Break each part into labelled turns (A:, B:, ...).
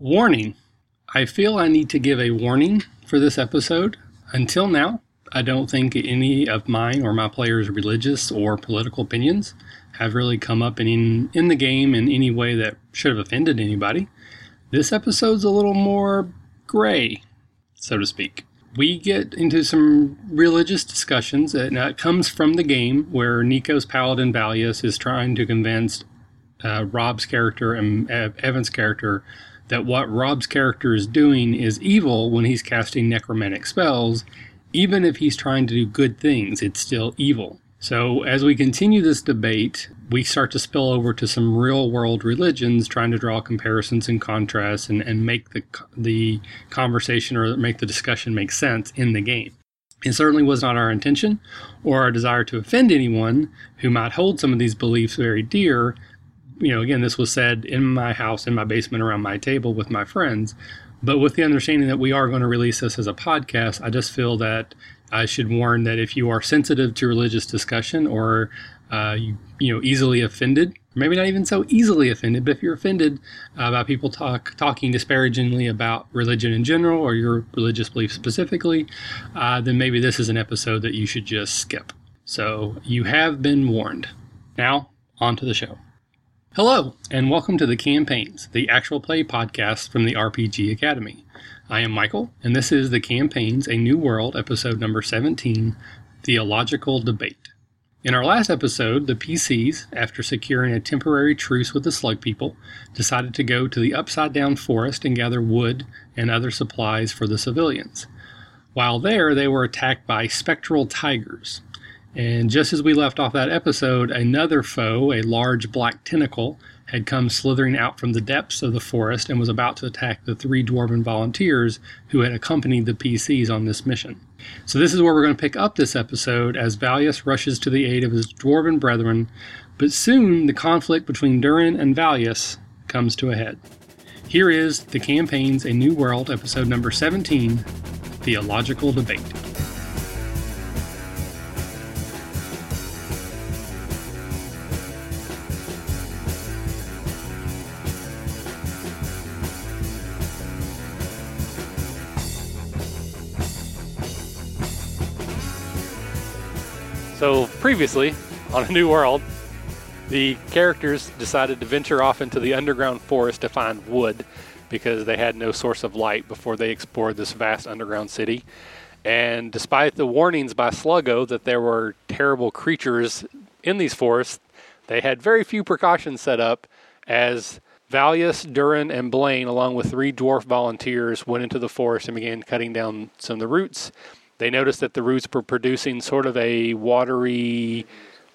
A: Warning. I feel I need to give a warning for this episode. Until now, I don't think any of mine or my players' religious or political opinions have really come up in, in the game in any way that should have offended anybody. This episode's a little more gray, so to speak. We get into some religious discussions, and that comes from the game where Nico's paladin Valius is trying to convince uh, Rob's character and Ev- Evan's character that what Rob's character is doing is evil when he's casting necromantic spells, even if he's trying to do good things, it's still evil. So, as we continue this debate, we start to spill over to some real world religions, trying to draw comparisons and contrasts and, and make the, co- the conversation or make the discussion make sense in the game. It certainly was not our intention or our desire to offend anyone who might hold some of these beliefs very dear, you know, again, this was said in my house, in my basement, around my table with my friends. But with the understanding that we are going to release this as a podcast, I just feel that I should warn that if you are sensitive to religious discussion or uh, you, you know easily offended, maybe not even so easily offended, but if you're offended uh, by people talk talking disparagingly about religion in general or your religious belief specifically, uh, then maybe this is an episode that you should just skip. So you have been warned. Now on to the show. Hello, and welcome to The Campaigns, the actual play podcast from the RPG Academy. I am Michael, and this is The Campaigns, A New World, episode number 17 Theological Debate. In our last episode, the PCs, after securing a temporary truce with the Slug People, decided to go to the upside down forest and gather wood and other supplies for the civilians. While there, they were attacked by spectral tigers, and just as we left off that episode, another foe, a large black tentacle, had come slithering out from the depths of the forest and was about to attack the three dwarven volunteers who had accompanied the PCs on this mission. So, this is where we're going to pick up this episode as Valius rushes to the aid of his dwarven brethren, but soon the conflict between Durin and Valius comes to a head. Here is The Campaign's A New World, episode number 17 Theological Debate.
B: So previously, on A New World, the characters decided to venture off into the underground forest to find wood because they had no source of light before they explored this vast underground city. And despite the warnings by Sluggo that there were terrible creatures in these forests, they had very few precautions set up as Valius, Durin, and Blaine, along with three dwarf volunteers, went into the forest and began cutting down some of the roots they noticed that the roots were producing sort of a watery,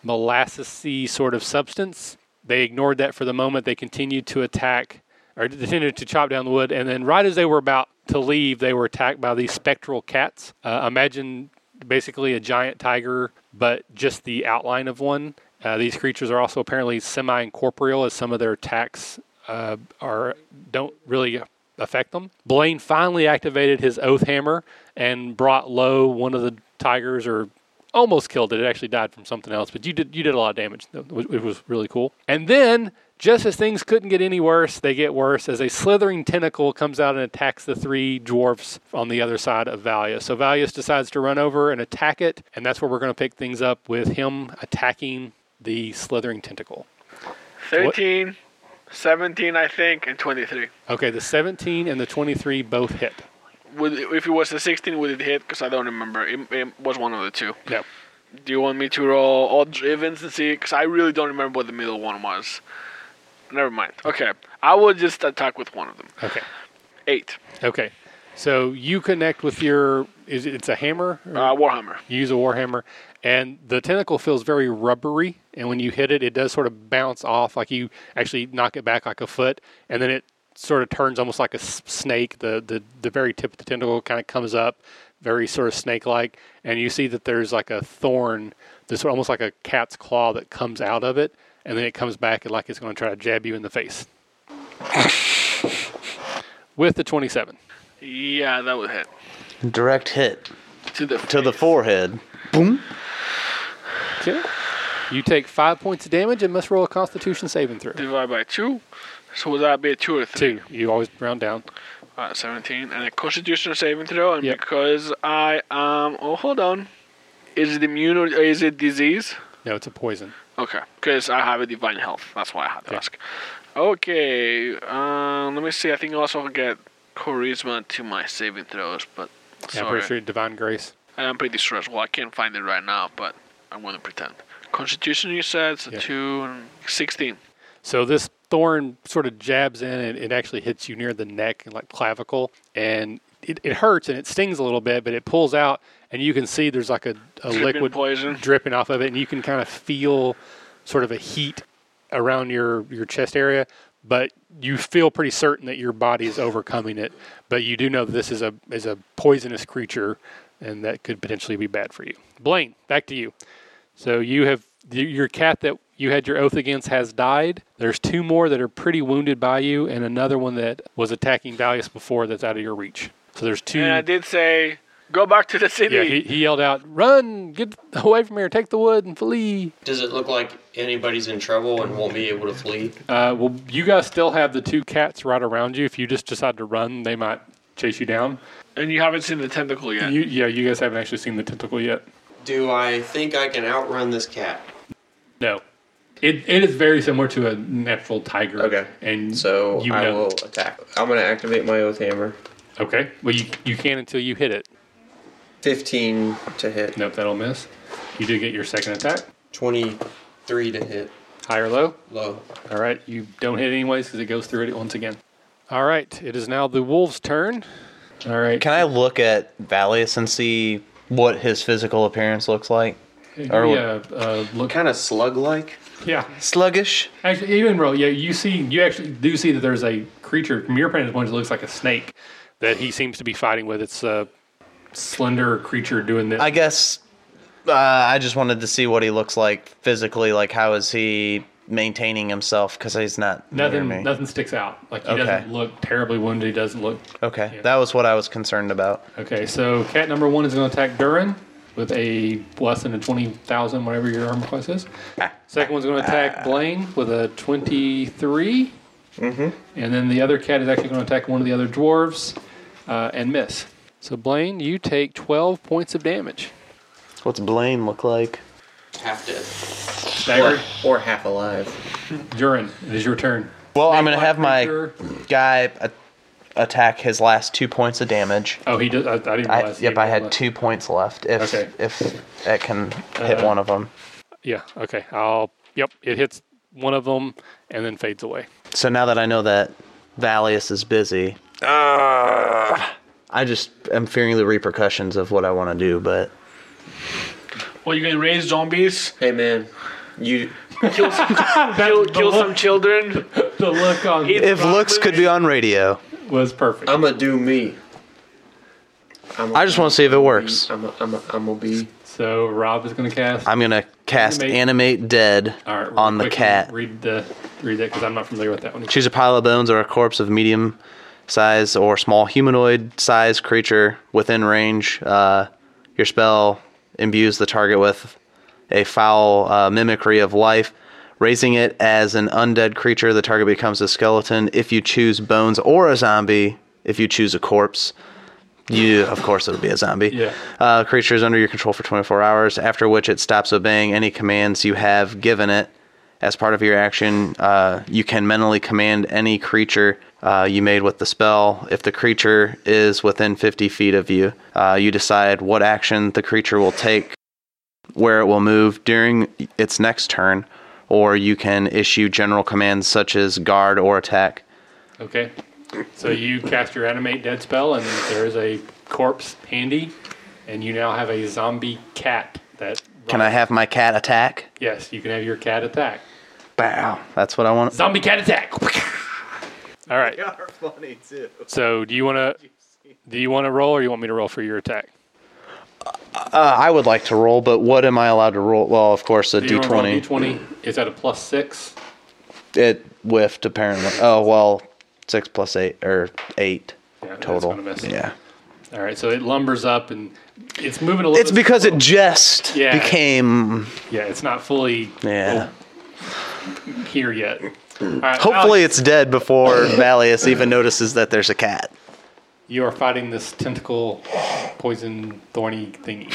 B: molassesy sort of substance. They ignored that for the moment. They continued to attack, or they continued to chop down the wood, and then right as they were about to leave, they were attacked by these spectral cats. Uh, imagine basically a giant tiger, but just the outline of one. Uh, these creatures are also apparently semi-incorporeal, as some of their attacks uh, are don't really affect them. Blaine finally activated his oath hammer and brought low one of the tigers, or almost killed it. It actually died from something else, but you did you did a lot of damage. It was really cool. And then, just as things couldn't get any worse, they get worse as a slithering tentacle comes out and attacks the three dwarfs on the other side of Valius. So Valius decides to run over and attack it, and that's where we're going to pick things up with him attacking the slithering tentacle.
C: 13, 17, I think, and 23.
B: Okay, the 17 and the 23 both hit.
C: Would, if it was the 16, would it hit? Because I don't remember. It, it was one of the two.
B: Yeah.
C: Do you want me to roll all evens and see? Because I really don't remember what the middle one was. Never mind. Okay. I will just attack with one of them.
B: Okay.
C: Eight.
B: Okay. So you connect with your is it- it's a hammer? or-
C: Uh, Warhammer.
B: You use a warhammer, and the tentacle feels very rubbery. And when you hit it, it does sort of bounce off, like you actually knock it back like a foot, and then it sort of turns almost like a s- snake. The the the very tip of the tentacle kind of comes up, very sort of snake like, and you see that there's like a thorn, that's almost like a cat's claw that comes out of it, and then it comes back and like it's going to try to jab you in the face. With the twenty-seven.
C: Yeah, that would hit.
D: Direct hit
C: To the
D: to the
C: face.
D: forehead. Boom.
B: Okay. You take five points of damage and must roll a Constitution saving throw.
C: Divide by two. So would that be a two or three?
B: Two. You always round down.
C: Uh, 17. And a constitutional saving throw. And
B: Yep.
C: because I am. Oh, hold on. Is it immune or is it disease?
B: No, it's a poison.
C: Okay. Because I have a divine health. That's why I had to
B: Yeah.
C: ask. Okay. Um, let me see. I think I also get charisma to my saving throws. But
B: Yeah, I'm
C: sorry.
B: pretty sure divine grace.
C: And I'm pretty sure as well. I can't find it right now, but I'm going to pretend. Constitution, you said, so
B: Yeah. Mm.
C: 2 and 16.
B: So this thorn sort of jabs in and it actually hits you near the neck and like clavicle and it, it hurts and it stings a little bit, but it pulls out and you can see there's like a, a
C: Dripping
B: liquid
C: poison.
B: dripping off of it and you can kind of feel sort of a heat around your, your chest area, but you feel pretty certain that your body is overcoming it. But you do know that this is a is a poisonous creature and that could potentially be bad for you. Blaine, back to you. So you have y- your cat that you had your oath against has died. There's two more that are pretty wounded by you, and another one that was attacking Valius before that's out of your reach. So there's two.
C: And I did say, go back to the city.
B: yeah, he, he yelled out, "Run! Get away from here! Take the wood and flee!"
D: Does it look like anybody's in trouble and won't be able to flee?
B: Uh, well, you guys still have the two cats right around you. If you just decide to run, they might chase you down.
C: and you haven't seen the tentacle yet.
B: You, yeah, you guys haven't actually seen the tentacle yet.
D: Do I think I can outrun this cat?
B: No, it, it is very similar to a natural tiger.
D: Okay.
B: and
D: So
B: you
D: I
B: know,
D: will attack. I'm gonna activate my oath hammer.
B: Okay, well you you can until you hit it.
D: Fifteen to hit.
B: Nope, that'll miss. You do get your second attack,
D: Twenty-three to hit.
B: high or low.
D: Low.
B: All right, you don't hit anyways because it goes through it once again. All right, it is now the wolves' turn. All right,
E: Can I look at Valius and see what his physical appearance looks like? or what-
B: yeah, uh, look,
D: Kind of slug-like.
B: yeah.
E: Sluggish.
B: Actually, even roll. Yeah, you see, you actually do see that there's a creature. From your vantage point, it looks like a snake that he seems to be fighting with. It's a slender creature doing this.
E: I guess uh, I just wanted to see what he looks like physically. Like, how is he maintaining himself? Because he's not near
B: nothing,
E: me.
B: nothing sticks out. Like he
E: Okay.
B: doesn't look terribly wounded. He doesn't look
E: Okay, that was what I was concerned about.
B: Okay, so cat number one is going to attack Durin with a less than a 20,000, whatever your armor class is. Second one's going to
E: Ah.
B: attack Blaine with a 23. Mm-hmm. And then the other cat is actually going to attack one of the other dwarves uh, and miss. So, Blaine, you take 12 points of damage.
E: What's Blaine look like?
D: Half dead.
B: Dagger,
D: Or half alive.
B: Durin, it is your turn.
E: Well, I'm gonna have my
B: Creature-
E: guy a- attack his last two points of damage.
B: Oh, he does. I, I didn't
E: I,
B: realize. he
E: yep, I had
B: rolled
E: two points left. If
B: Okay.
E: if it can hit
B: Uh,
E: one of them,
B: that. Yeah, okay. I'll. Yep, it hits one of them and then fades away.
E: so now that I know that Valius is busy, Ah. I just am fearing the repercussions of what I want to do. But
C: Well, you can raise zombies,
D: Hey man, you
C: kill some, kill, kill some children.
B: The look on
C: It's
E: if
C: not
E: looks could
C: moving.
E: be on radio,
B: was perfect.
D: I'm gonna do me. I'm
E: I just want to see if it works.
D: I'm a, I'm a, I'm gonna be.
B: So Rob is going to cast.
E: I'm gonna cast
B: Animate.
E: animate dead
B: All right, real
E: on the
B: quick,
E: cat.
B: Read the read that because I'm not familiar with that one.
E: Choose a pile of bones or a corpse of medium size or small humanoid size creature within range. Uh, your spell imbues the target with a foul uh, mimicry of life, raising it as an undead creature. The target becomes a skeleton if you choose bones or a zombie. If you choose a corpse, you of course it'll be a zombie.
B: Yeah.
E: Uh, creature is under your control for 24 hours, after which it stops obeying any commands you have given it. As part of your action, uh, you can mentally command any creature uh, you made with the spell. If the creature is within 50 feet of you, uh, you decide what action the creature will take, where it will move during its next turn, or you can issue general commands such as guard or attack.
B: Okay, so you cast your animate dead spell, and there is a corpse handy, and you now have a zombie cat. That
E: Can I have my cat attack?
B: Yes, you can have your cat attack.
E: Bow. That's what I want.
B: Zombie cat attack. All right.
E: are funny too.
B: So do you want to do you want to roll, or you want me to roll for your attack?
E: Uh, I would like to roll, but what am I allowed to roll? Well, of course, a
B: Do you wanna roll
E: d20.
B: D20. It's at a plus six.
E: It whiffed, apparently. Oh, well, 6 plus 8, or 8
B: Yeah, that's
E: total.
B: gonna miss.
E: Yeah.
B: All right, so it lumbers up and it's moving a little.
E: It's because it just
B: Yeah.
E: became.
B: yeah, it's not fully
E: Yeah.
B: oh, here yet. All right,
E: Hopefully,
B: Alex,
E: it's dead before Valius even notices that there's a cat.
B: you are fighting this tentacle, poison, thorny thingy,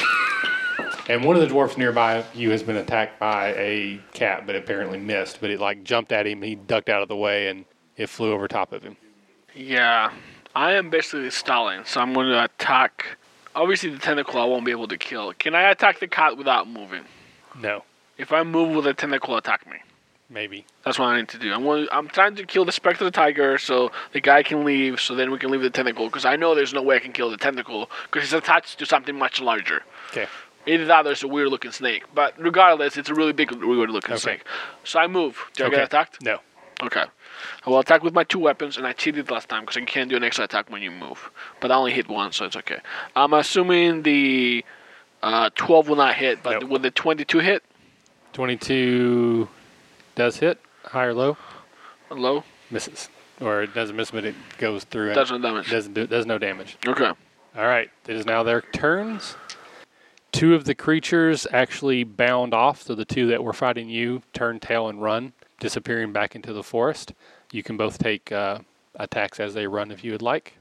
B: and one of the dwarfs nearby you has been attacked by a cat, but apparently missed. But it like jumped at him, he ducked out of the way, and it flew over top of him.
C: Yeah, I am basically stalling, so I'm going to attack. Obviously, the tentacle I won't be able to kill. Can I attack the cat without moving?
B: No,
C: If I move, will the tentacle attack me?
B: maybe.
C: That's what I need to do. I'm, gonna, I'm trying to kill the specter tiger so the guy can leave, so then we can leave the tentacle, because I know there's no way I can kill the tentacle, because it's attached to something much larger.
B: Okay.
C: Either that or it's a weird looking snake. But regardless, it's a really big, weird looking
B: Okay.
C: snake. So I move. Do I
B: Okay.
C: get attacked?
B: No.
C: Okay. I will attack with my two weapons, and I cheated last time because I can't do an extra attack when you move. But I only hit once, so it's okay. I'm assuming the uh, 12 will not hit, but
B: Nope.
C: will the 22 hit?
B: 22 does hit, high or low,
C: Low?
B: misses. Or it doesn't miss, but it goes through. and
C: Does no damage.
B: Doesn't do, does no damage.
C: Okay.
B: All right, it is now their turns. Two of the creatures actually bound off, so the two that were fighting you turn tail and run, disappearing back into the forest. You can both take uh, attacks as they run if you would like.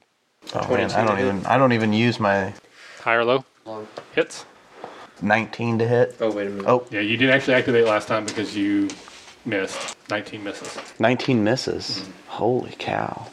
E: Oh
D: man, I don't even-
E: I don't even use my
B: High or low?
D: Long.
B: Hits.
E: 19 to hit.
D: Oh wait a minute.
E: Oh,
B: Yeah, you didn't actually activate last time because you missed. 19 misses.
E: 19 misses. Holy cow!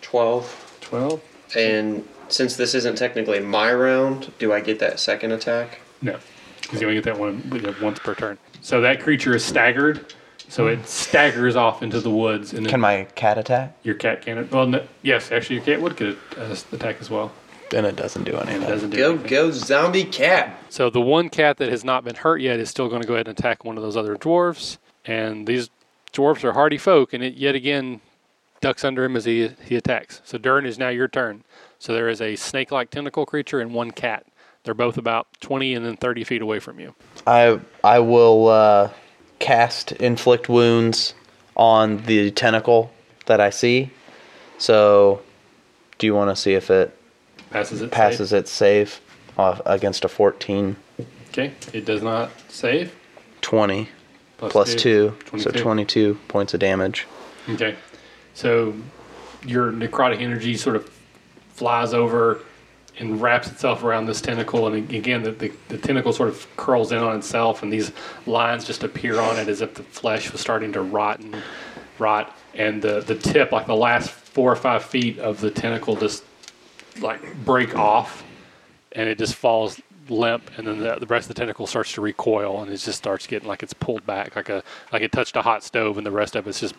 D: Twelve.
B: 12?
D: And since this isn't technically my round, do I get that second attack?
B: No, because you only get that one you know, once per turn. So that creature is staggered, so it staggers off into the woods, and then
E: Can my cat attack?
B: your cat can. Well, no, yes, actually, your cat would get an attack as well.
E: Then it doesn't do
B: And it
E: anything.
B: doesn't do
D: Go
B: anything.
D: go zombie cat.
B: So the one cat that has not been hurt yet is still going to go ahead and attack one of those other dwarves, and these dwarves are hardy folk, and it yet again ducks under him as he he attacks. So Dern is now your turn. So there is a snake-like tentacle creature and one cat. They're both about 20 and then 30 feet away from you.
E: I I will uh, cast inflict wounds on the tentacle that I see. So, do you want to see if it
B: Passes it.
E: passes its save off against a 14,
B: Okay, it does not save.
E: 20
B: Plus
E: plus two, so
B: 22.
E: 22 points of damage.
B: Okay. So your necrotic energy sort of flies over and wraps itself around this tentacle. And again, the, the, the tentacle sort of curls in on itself, and these lines just appear on it as if the flesh was starting to rot and rot. And the, the tip, like the last four or five feet of the tentacle, just like break off and it just falls limp and then the, the rest of the tentacle starts to recoil and it just starts getting like it's pulled back like a like it touched a hot stove and the rest of it's just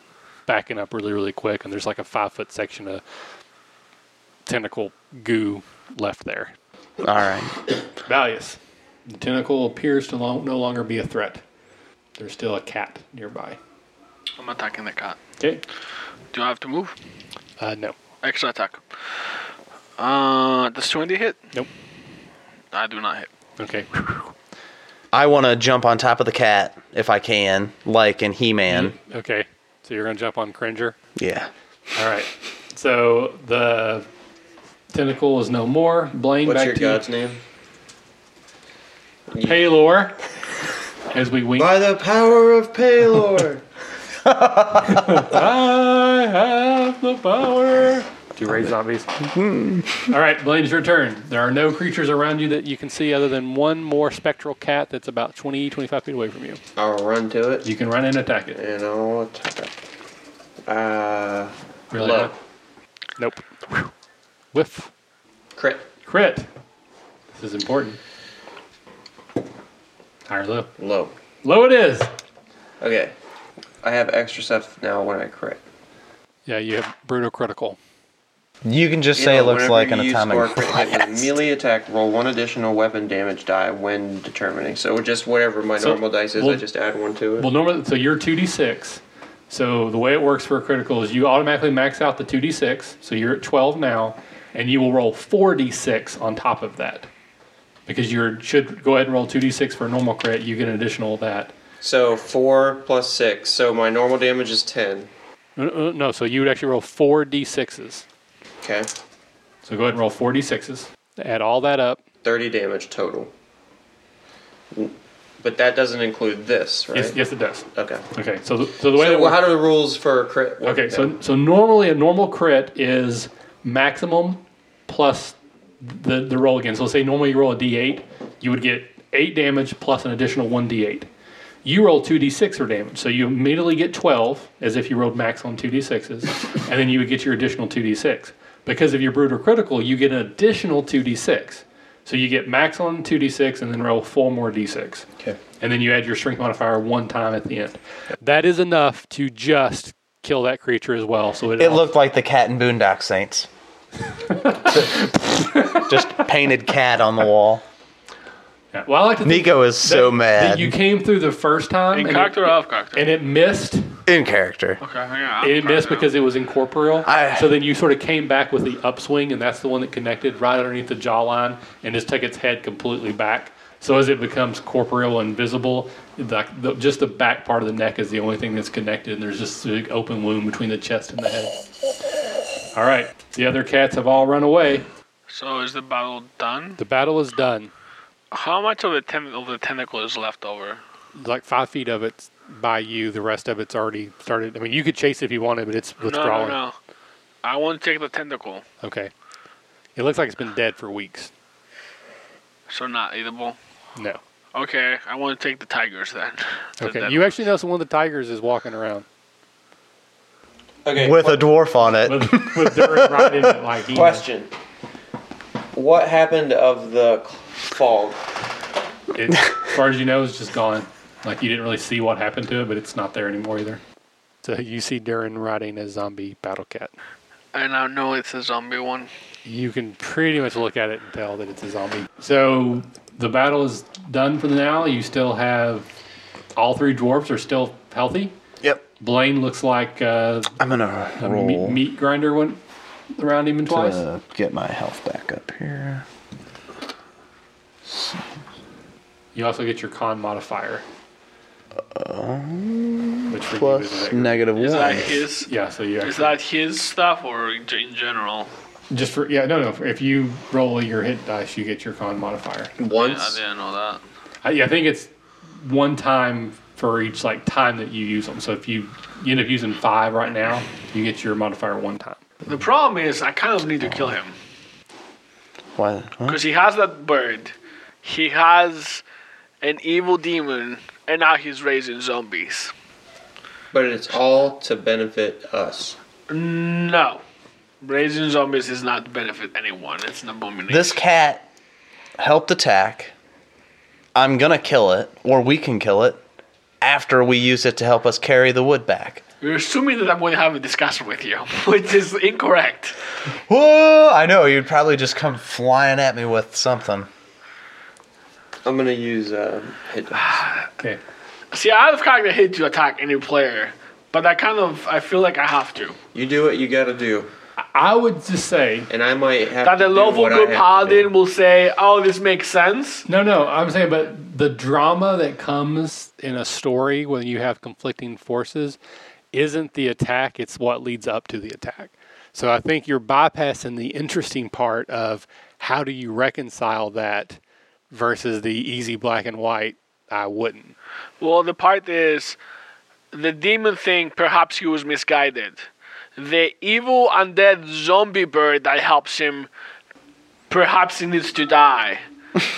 B: backing up really really quick and there's like a five foot section of tentacle goo left there
E: All right.
B: valius the tentacle appears to lo- no longer be a threat there's still a cat nearby
C: I'm attacking the cat.
B: okay
C: Do I have to move?
B: uh no
C: Extra attack. Uh, does 20 hit?
B: Nope.
C: I do not hit.
B: okay
E: I want to jump on top of the cat if I can, like in He-Man.
B: okay so you're gonna jump on cringer
E: Yeah.
B: all right so the tentacle is no more blaine
D: What's
B: back
D: your
B: to you.
D: god's name?
B: Paylor as we wink.
D: By the power of Paylor.
B: I have the power to raise zombies. All right, Blaine, it's your turn. There are no creatures around you that you can see other than one more spectral cat that's about 20, 25 feet away from you.
D: I'll run to it
B: You can run and attack it.
D: and I'll attack. Uh,
B: Really?
D: Low.
B: Nope. Whew. Whiff.
D: crit.
B: Crit. This is important. High or low?
D: Low.
B: Low it is.
D: Okay. I have extra stuff now when I crit.
B: Yeah, you have brutal critical.
E: You can just say
D: Yeah,
E: it looks
D: whenever
E: like
D: you
E: an
D: use
E: atomic
D: spark, it has a melee attack, roll one additional weapon damage die when determining. So just whatever my
B: So,
D: normal dice is,
B: well-
D: I just add one to it.
B: Well, normally, so you're two d six. So the way it works for a critical is you automatically max out the two d six. So you're at twelve now, and you will roll four d six on top of that, because you should go ahead and roll two d six for a normal crit. You get an additional of that.
D: so four plus six. So my normal damage is ten.
B: No, No, no, so you would actually roll four d sixes.
D: Okay.
B: So go ahead and roll four d sixes. Add all that up.
D: 30 damage total. But that doesn't include this, right?
B: Yes, yes, it does.
D: Okay.
B: Okay, so the, so the way that
D: So
B: works,
D: how do the rules for crit work?
B: okay,
D: now?
B: so so normally a normal crit is maximum plus the the roll again. So let's say normally you roll a d8, you would get eight damage plus an additional one d8. You roll two d6 for damage, so you immediately get twelve as if you rolled maximum two d6s, and then you would get your additional two d6 because of your brutal critical. You get an additional two d6, so you get maximum two d6 and then roll four more d6
D: Okay.
B: and then you add your strength modifier one time at the end. That is enough to just kill that creature as well. So it,
E: It looked like the cat in Boondock Saints. Just painted cat on the wall.
B: Yeah. Well, I like to think
E: Nico is so
B: that
E: mad
B: you came through the first time
C: In
B: and it,
C: character or out of character?
B: and it missed.
E: in character.
C: okay, yeah.
B: It missed because it was incorporeal.
E: I-
B: so then you sort of came back with the upswing, and that's the one that connected right underneath the jawline and just took its head completely back. So as it becomes corporeal and visible, the, the, just the back part of the neck is the only thing that's connected, and there's just a big open wound between the chest and the head. All right, the other cats have all run away.
C: So is the battle done?
B: The battle is done.
C: How much of the ten- of the tentacle is left over?
B: Like five feet of it's by you. The rest of it's already started. I mean, you could chase if you wanted, but it's
C: No, no,
B: withdrawing.
C: no. I want to take the tentacle,
B: Okay. It looks like it's been dead for weeks.
C: so not eatable.
B: No.
C: Okay, I want to take the tigers then. The
B: Okay,
C: dead
B: you actually notice one of the tigers is walking around
D: Okay.
E: With a dwarf on it.
B: with, with Durin right in it, like he-
D: question. What happened of the c- fog?
B: It, as far as you know, it's just gone. Like you didn't really see what happened to it, but it's not there anymore either. So you see Durin riding a zombie battle cat.
C: And I know it's a zombie one.
B: You can pretty much look at it and tell that it's a zombie. So the battle is done for now. You still have all three dwarfs are still healthy.
E: Yep.
B: Blaine looks like uh,
E: I'm gonna
B: a
E: roll
B: meat, meat grinder went around him twice.
E: to get my health back up here.
B: You also get your con modifier. Which for you is
E: Plus
B: a-
E: negative
C: Is
E: one.
C: that his?
B: yeah, so you
C: Is
B: actually,
C: that his stuff or in in general?
B: just for yeah no no if you roll your hit dice you get your con modifier.
C: I
D: Once?
C: didn't know that.
B: I, yeah, I think it's one time for each like time that you use them. So if you, you end up using five right now, you get your modifier one time.
C: The problem is, I kind of need to kill him
E: Why- huh?
C: because he has that bird. He has an evil demon, and now he's raising zombies.
D: But it's all to benefit us.
C: No, raising zombies does not benefit anyone. It's an abomination.
E: This cat helped attack. I'm gonna kill it, or we can kill it, after we use it to help us carry the wood back.
C: You're assuming that I'm going to have a discussion with you, which is incorrect.
E: Whoa! I know you'd probably just come flying at me with something.
D: I'm gonna use uh, hit dice.
B: Okay.
C: See, I have kind of hate to attack any player, but I kind of I feel like I have to.
D: You do what you gotta do,
B: I would just say
D: and I might have
C: That
D: to
C: the
D: do
C: lawful
D: what I
C: good
D: have to
C: paladin
D: do.
C: will say, "Oh, this makes sense."
B: no no I'm saying but the drama that comes in a story when you have conflicting forces isn't the attack, it's what leads up to the attack. So I think you're bypassing the interesting part of how do you reconcile that versus the easy black and white I wouldn't.
C: Well, the part is the demon thing, perhaps he was misguided. The evil undead zombie bird that helps him, perhaps he needs to die.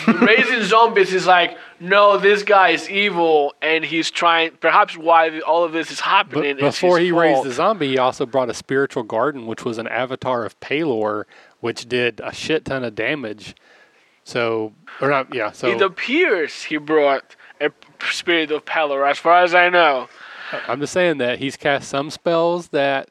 C: Raising zombies is like, no, this guy is evil and he's trying, perhaps why all of this is
B: But
C: happening. is
B: before
C: his
B: he raised
C: fault.
B: the zombie, he also brought a spiritual garden, which was an avatar of Palor, which did a shit ton of damage. So, or not, yeah. So
C: It appears he brought a p- spirit of Pelor, as far as I know.
B: I'm just saying that he's cast some spells that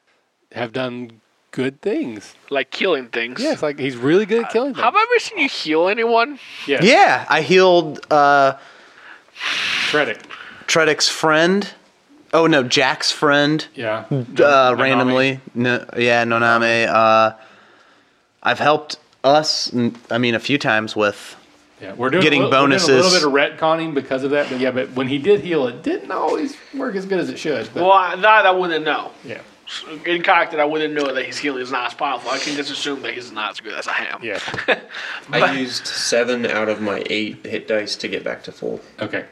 B: have done good things.
C: Like killing things.
B: Yeah, Uh, it's like he's really good at killing
C: Have
B: them.
C: I ever seen you heal anyone?
B: Yeah,
E: Yeah, I healed uh,
B: credit.
E: Tredic's friend. Oh no, Jack's friend.
B: Yeah,
E: uh,
B: Nanami.
E: randomly. No, yeah, Noname. Uh, I've helped us. n- I mean, a few times with.
B: Yeah, we're doing
E: getting
B: a little, we're doing
E: bonuses.
B: a little bit of retconning because of that, but yeah, but when he did heal, it didn't always work as good as it should. But
C: Well, that I wouldn't know.
B: yeah,
C: in character, I wouldn't know that his healing is not as powerful. I can just assume that he's not as good as I am.
B: Yeah.
D: I used seven out of my eight hit dice to get back to full.
B: Okay.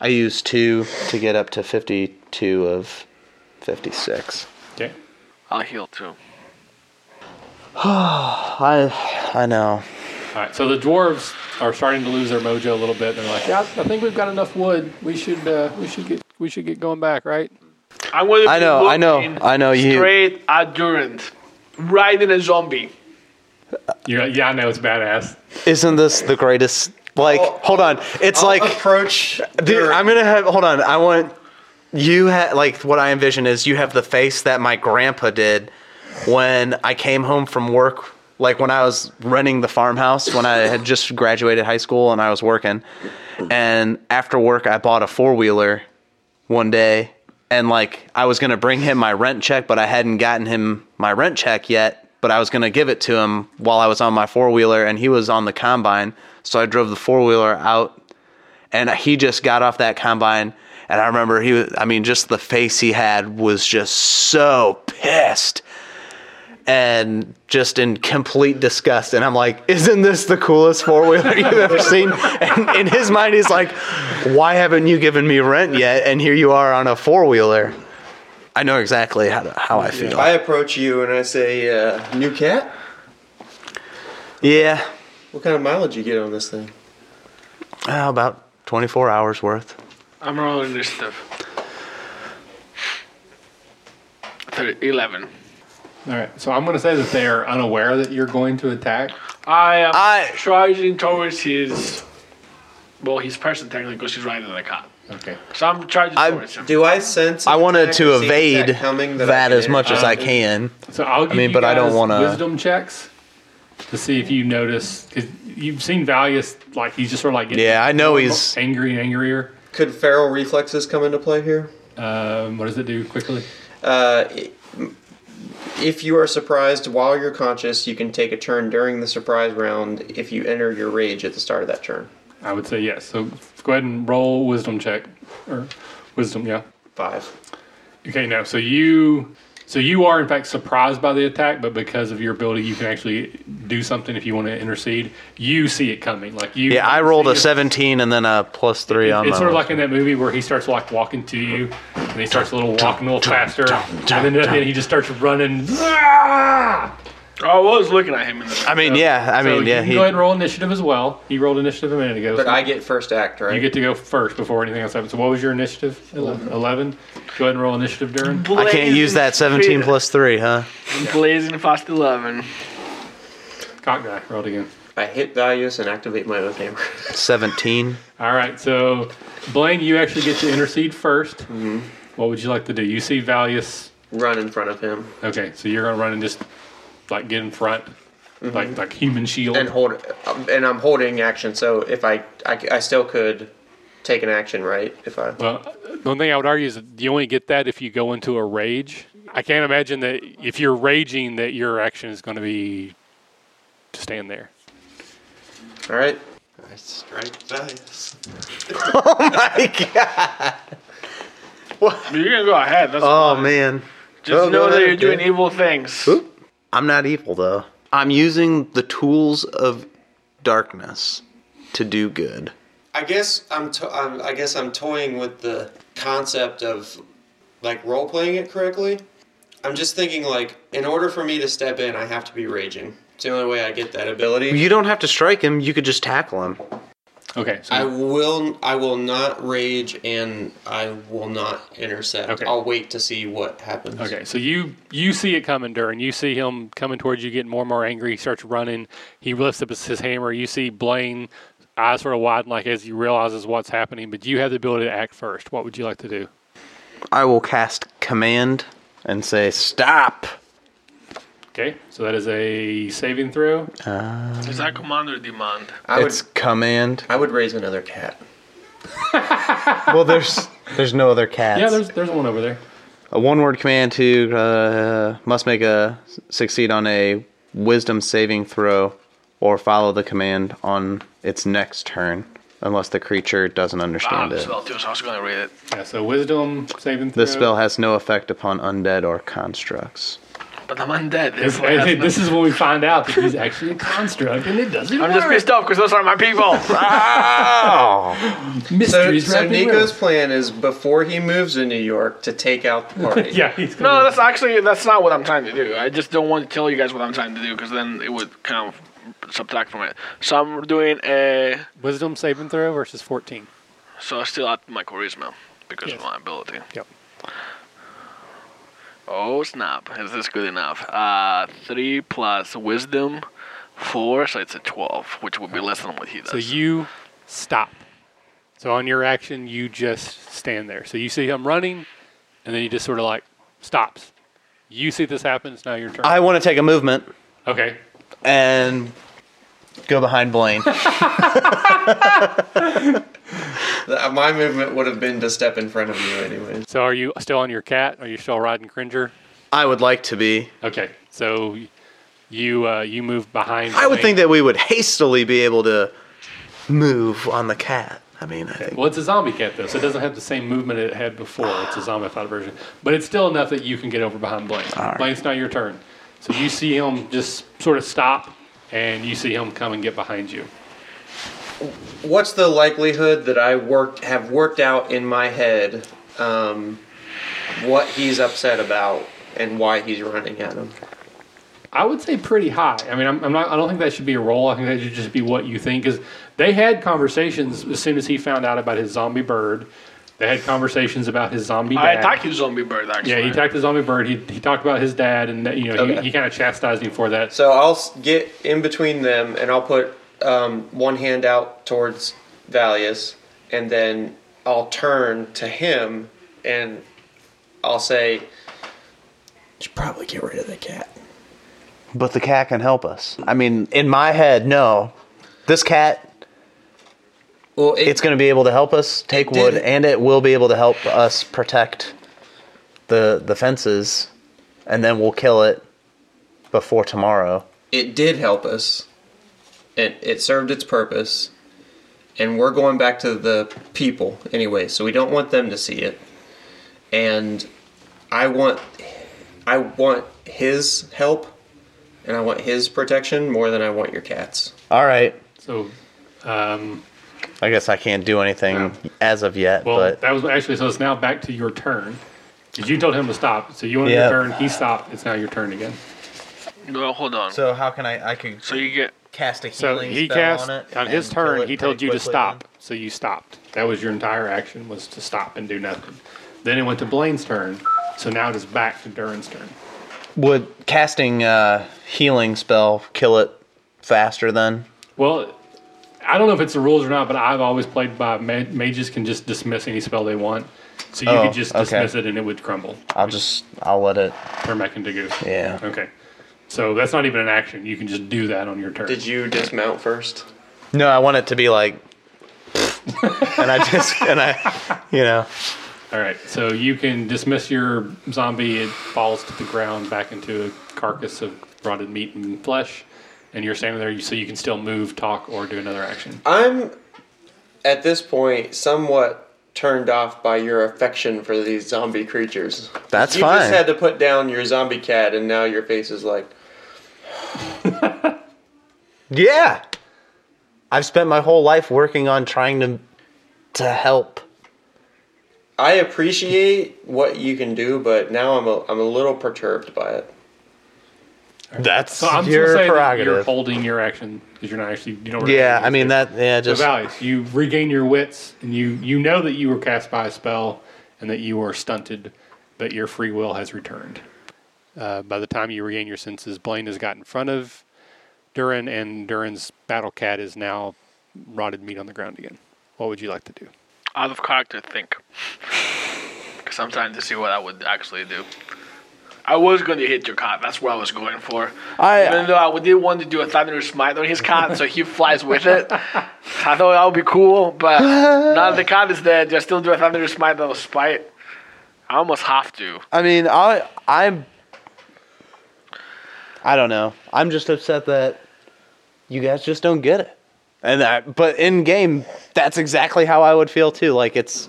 E: I used two to get up to 52 of 56.
B: Okay.
C: I'll heal too.
E: I I
B: All
E: know.
B: right. So the dwarves are starting to lose their mojo a little bit. They're like, yeah, I think we've got enough wood. We should uh, we should get we should get going back, right?
C: I'm gonna
E: I
C: be
E: know, I know,
C: looking
E: I know you-
C: Straight at Durant, riding a zombie.
B: You're like, yeah, I know it's badass.
E: Isn't this the greatest? Like, hold on. It's like
F: approach.
E: Dude, I'm gonna have. Hold on. I want you. Ha- like what I envision is you have the face that my grandpa did when I came home from work. Like when I was renting the farmhouse when I had just graduated high school and I was working, and after work I bought a four wheeler one day, and like I was gonna bring him my rent check, but I hadn't gotten him my rent check yet. But I was gonna give it to him while I was on my four wheeler, and he was on the combine. So I drove the four wheeler out and he just got off that combine and i remember he was i mean just the face he had was just so pissed and just in complete disgust and i'm like isn't this the coolest four-wheeler you've ever seen and in his mind he's like why haven't you given me rent yet and here you are on a four-wheeler i know exactly how, to, how i feel
F: I approach you and I say, uh, "New cat?
E: yeah
F: What kind of mileage you get on this thing?"
E: uh, about 24 hours worth
C: I'm rolling this stuff. Thir- Eleven.
B: All right. So I'm going to say that they are unaware that you're going to attack.
C: I am
E: I-
C: charging towards his. Well, his person technically, because he's riding the car.
B: Okay.
C: So I'm charging
E: I-
C: towards him.
F: Do I sense?
E: i wanted
F: attack
E: to
F: or see an
E: evade
F: attack coming
E: that,
F: I can
E: as much as i can
B: So I'll give
E: mean,
B: you
E: but I don't
B: guys
E: wanna-
B: wisdom checks to see if you notice because you've seen Valius like he's just sort of like getting
E: yeah i know he's
B: angry and angrier.
F: intercept? Could feral reflexes come into play here?
B: Um, what does it do quickly?
F: Uh, i- if you are surprised while you're conscious, you can take a turn during the surprise round if you enter your rage at the start of that turn.
B: I would say yes. So go ahead and roll wisdom check or wisdom. Yeah.
F: Five.
B: Okay. No. So you. So you are in fact surprised by the attack, but because of your ability, you can actually do something if you want to intercede. You see it coming, like you.
E: Yeah, I rolled a
B: see it-
E: 17 and then a plus three on
B: It's
E: my
B: sort of
E: roll.
B: like in that movie where he starts like walking to you, and he starts a little walking a little faster, and then at the end he just starts running. Ah!
C: I was looking at him in the.
E: I mean, yeah, I
B: uh, So
E: mean, yeah.
B: you can
E: He,
B: go ahead and roll initiative as well. He rolled initiative a minute ago.
F: But
B: so
F: I get first act, right?
B: you get to go first before anything else happens. So what was your initiative? Eleven. Go ahead and roll initiative, Durin.
E: I can't use that 17 plus three, huh?
C: Blazing fast eleven.
B: Cock guy rolled again.
F: I hit values and activate my oath hammer.
E: 17.
B: All right, so Blaine, you actually get to intercede 1st
F: Mm-hmm.
B: What would you like to do? You see Valius.
F: Run in front of him
B: Okay, so you're gonna run and just like get in front, like like human shield.
F: Mm-hmm. and hold. And I'm holding action, so if I, I, I still could take an action, right? If I.
B: Well, the only thing I would argue is that you only get that if you go into a rage. I can't imagine that if you're raging that your action is going to be to stand there.
F: All right.
D: I strike dice.
E: My God.
C: You can go ahead. That's
E: Oh, man.
C: just
E: oh,
C: know
E: go
C: that
E: ahead,
C: you're doing
E: dude.
C: evil things.
E: I'm not evil, though. I'm using the tools of darkness to do good.
G: I guess I'm, to- I'm I guess I'm toying with the concept of like role playing it correctly. I'm just thinking like in order for me to step in, I have to be raging. It's the only way I get that ability.
E: You don't have to strike him, you could just tackle him.
B: Okay, so
G: I will I will not rage and I will not intercept.
B: Okay.
G: I'll wait to see what happens.
B: Okay, so you you see it coming, Durin. You see him coming towards you, getting more and more angry. He starts running. He lifts up his, his hammer. You see Blaine eyes sort of widen, like as he realizes what's happening. But you have the ability to act first. What would you like to do?
E: I will cast command and say, Stop!
B: Okay, so that is a saving throw.
C: Is that command or demand?
F: I would.
E: it's command.
F: I would raise another cat.
E: well, there's there's no other cats.
B: Yeah, there's there's one over there.
E: A one word command to uh, must make a succeed on a wisdom saving throw or follow the command on its next turn. unless the creature doesn't
C: Ah,
E: understand it.
C: spell too, so I was going to read it.
B: Yeah, so wisdom saving throw.
E: This spell has no effect upon undead or constructs.
C: But I'm undead.
B: This,
C: therefore it has
B: this is when we find out that he's actually a construct and it doesn't
C: I'm just pissed off because those are my people.
D: So,
B: Mysteries
D: so
B: wrapped in
D: Nico's
B: riddles.
D: plan is before he moves to New York to take out the party.
B: Yeah, he's gonna,
C: no, that's actually that's not what I'm trying to do. I just don't want to tell you guys what I'm trying to do because then it would kind of subtract from it. So I'm doing a.
B: wisdom saving throw versus 14.
C: So I still at my charisma because of
B: Yes.
C: my ability.
B: Yep.
C: Oh snap! Is this good enough? Uh, three plus wisdom, four, so it's a twelve, which would be less than what he does.
B: So you stop. So on your action, you just stand there. So you see him running, and then he just sort of like stops. You see this happen. It's now your turn.
E: I want to take a movement
B: okay.
E: and go behind Blaine.
D: Th- My movement would have been to step in front of you, anyways.
B: So are you still on your cat? Are you still riding Cringer?
E: I would like to be.
B: Okay. So you uh, you move behind.
E: I would think that we would hastily be able to move on the cat. I mean, I think.
B: Well, it's a zombie cat though, so it doesn't have the same movement it had before. It's a zombified version, but it's still enough that you can get over behind Blaine. Blaine's now your turn. So you see him just sort of stop, and you see him come and get behind you.
D: What's the likelihood that I worked have worked out in my head um, what he's upset about and why he's running at him?
B: I would say pretty high. I mean, I'm, I'm not. I don't think that should be a role. I think that should just be what you think. Because they had conversations as soon as he found out about his zombie bird. They had conversations about his zombie.
C: I
B: dad.
C: attack you, zombie bird. Actually.
B: Yeah, he attacked the zombie bird. He, he talked about his dad, and that, you know,
D: Okay.
B: he, he kind of chastised him for that.
D: So I'll s- get in between them and I'll put um, one hand out towards Valius and then I'll turn to him and I'll say, should probably get rid of the cat.
E: But the cat can help us. I mean, in my head, no. This cat,
D: Well,
E: it's going to be able to help us take
D: It
E: wood,
D: did.
E: and it will be able to help us protect the the fences, and then we'll kill it before tomorrow.
D: it did help us. It it served its purpose. And we're going back to the people anyway, so we don't want them to see it. And I want I want his help and I want his protection more than I want your cats.
E: All right.
B: So, um,
E: I guess I can't do anything as of yet,
B: well,
E: but
B: that was actually so. It's now back to your turn. 'Cause You told him to stop, so you wanted
E: Yeah.
B: your turn. He stopped. It's now your turn again.
C: No, hold on. So,
E: so how can I? I could
C: you get.
E: cast a
B: So
E: healing
B: he
E: spell
B: cast
E: on
B: on,
E: it.
B: his
E: and kill
B: turn.
E: it
B: He told
E: pretty
B: you to
E: quickly
B: stop, so you stopped. That was your entire action was to stop and do nothing. Then it went to Blaine's turn. So now it is back to Durin's turn.
E: then. Would casting uh, healing spell kill it faster then?
B: Well, I don't know if it's the rules or not, but I've always played by ma- mages can just dismiss any spell they want. So you
E: Oh,
B: could just
E: okay.
B: dismiss it and it would crumble.
E: I'll just I'll let it.
B: Turn back into goo.
E: Yeah.
B: Okay. So that's not even an action. You can just do that on your turn.
D: Did you dismount first?
E: No, I want it to be like, and I just and I, you know,
B: All right. So you can dismiss your zombie. It falls to the ground back into a carcass of rotted meat and flesh. And you're standing there, so you can still move, talk, or do another action.
D: I'm at this point somewhat turned off by your affection for these zombie creatures.
E: That's
D: you
E: fine.
D: just had to put down your zombie cat and now your face is like
E: yeah. I've spent my whole life working on trying to to help.
D: I appreciate what you can do, but now I'm a, I'm a little perturbed by it.
E: That's
B: So I'm
E: your
B: just saying that you're
E: prerogative.
B: holding your action because you're not actually you don't.
E: yeah,
B: really
E: I mean that. Yeah,
B: the
E: just
B: valleys. You regain your wits, and you you know that you were cast by a spell, and that you are stunted, but your free will has returned. Uh, by the time you regain your senses, Blaine has got in front of Durin, and Durin's battle cat is now rotted meat on the ground again. What would you like to do?
C: out of character think. Because I'm trying to see what I would actually do. I was going to hit your cat. That's what I was going for.
E: I-
C: Even though I did want to do a thunderous smite on his cat, so he flies with it. I thought that would be cool, but now that the cat is dead, do I still do a thunderous smite out of spite? I almost have to.
E: I mean, I I'm I don't know. I'm just upset that you guys just don't get it. And I, but in game, that's exactly how I would feel too. Like it's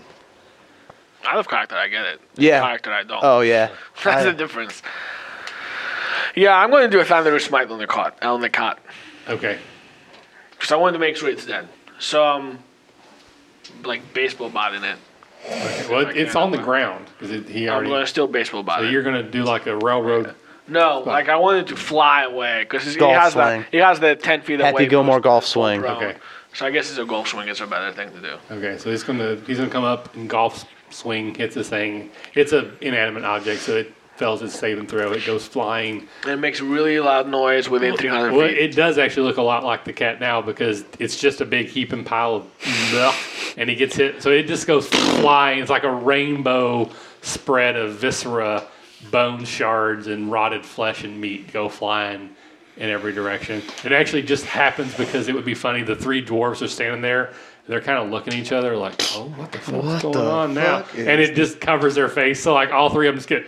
C: I love character, I get it.
E: Yeah.
C: Character, I don't.
E: oh yeah,
C: That's
E: I-
C: the difference. Yeah, I'm going to do a Thunderous Smite on the cot, on the cot,
B: Okay.
C: because I wanted to make sure it's dead. So um, like baseball bat in it.
B: Well, it- it's on the ground because he
C: I'm going
B: already.
C: to still baseball bat
B: So
C: it.
B: you're gonna do like a railroad.
C: No, like I wanted to fly away because it
E: Golf
C: has
E: swing.
C: that. It has the ten feet away.
E: Happy Gilmore golf swing.
C: round.
B: Okay.
C: So I guess it's a golf swing. It's a better thing to do.
B: Okay. So he's gonna he's gonna come up and golf swing hits this thing. It's a inanimate object, so it fails its saving throw. It goes flying.
C: And it makes really loud noise within 300
B: Well,
C: feet.
B: it does actually look a lot like the cat now because it's just a big heaping pile of milk, and he gets hit. So it just goes flying. It's like a rainbow spread of viscera, bone shards, and rotted flesh and meat go flying in every direction. It actually just happens because it would be funny. The three dwarves are standing there. and They're kind of looking at each other like, "Oh, what the fuck's going on now?"
H: fuck is
B: And it just covers their face. So like all three of them just get,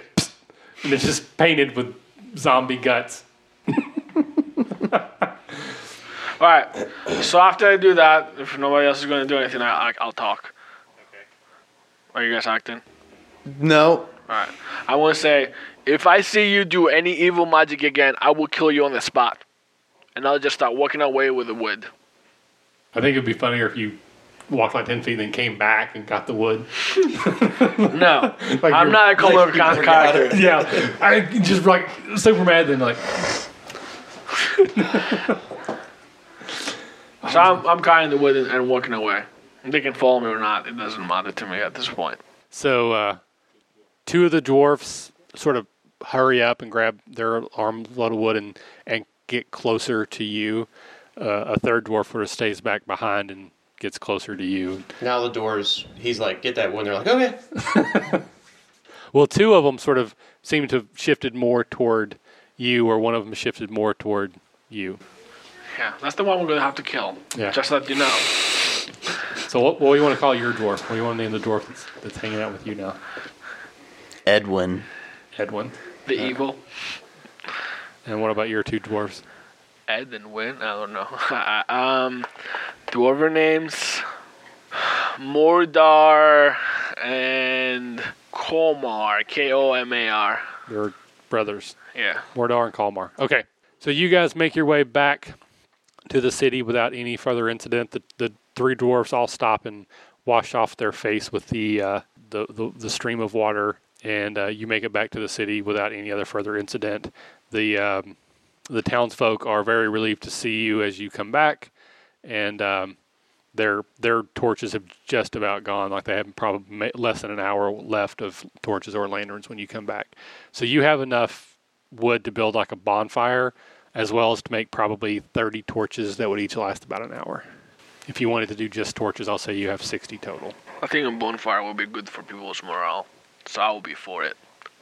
B: and it's just painted with zombie guts.
C: All right. So after I do that, if nobody else is going to do anything, I, I, I'll talk. Okay. Are you guys acting?
E: No,
C: All right. I want to say, if I see you do any evil magic again, I will kill you on the spot, and I'll just start walking away with the wood.
B: I think it'd be funnier if you walked like ten feet and then came back and got the wood.
C: No,
B: Like
C: I'm
B: you're-
C: not a color character.
B: Yeah, I just like super mad. Then like,
C: So I'm, I'm carrying the wood and, and walking away. They can follow me or not. It doesn't matter to me at this point.
B: so uh, two of the dwarfs sort of hurry up and grab their armload of wood and and get closer to you. Uh, a third dwarf sort of stays back behind and gets closer to you.
G: Now the doors. He's like, get that one. They're like, okay.
B: Well, two of them sort of seem to have shifted more toward you, or one of them shifted more toward you.
C: Yeah, that's the one we're gonna have to kill.
B: Yeah.
C: Just let you know.
B: So what, what do you want to call your dwarf? What do you want to name the dwarf that's, that's hanging out with you now?
E: Edwin.
B: Edwin.
C: The evil
B: And what about your two dwarves?
C: Ed and Win. I don't know. um, dwarven names: Mordar and Komar. K O M A R.
B: Your brothers,
C: Yeah.
B: Mordar and Kalmar. Okay. So you guys make your way back to the city without any further incident. The, the three dwarves all stop and wash off their face with the uh, the, the the stream of water, and uh, you make it back to the city without any other further incident. The um, the townsfolk are very relieved to see you as you come back, and um, their their torches have just about gone. Like they have probably ma- less than an hour left of torches or lanterns when you come back. So you have enough wood to build like a bonfire, as well as to make probably thirty torches that would each last about an hour. If you wanted to do just torches, I'll say you have sixty total.
C: I think a bonfire will be good for people's morale, so I will be for it.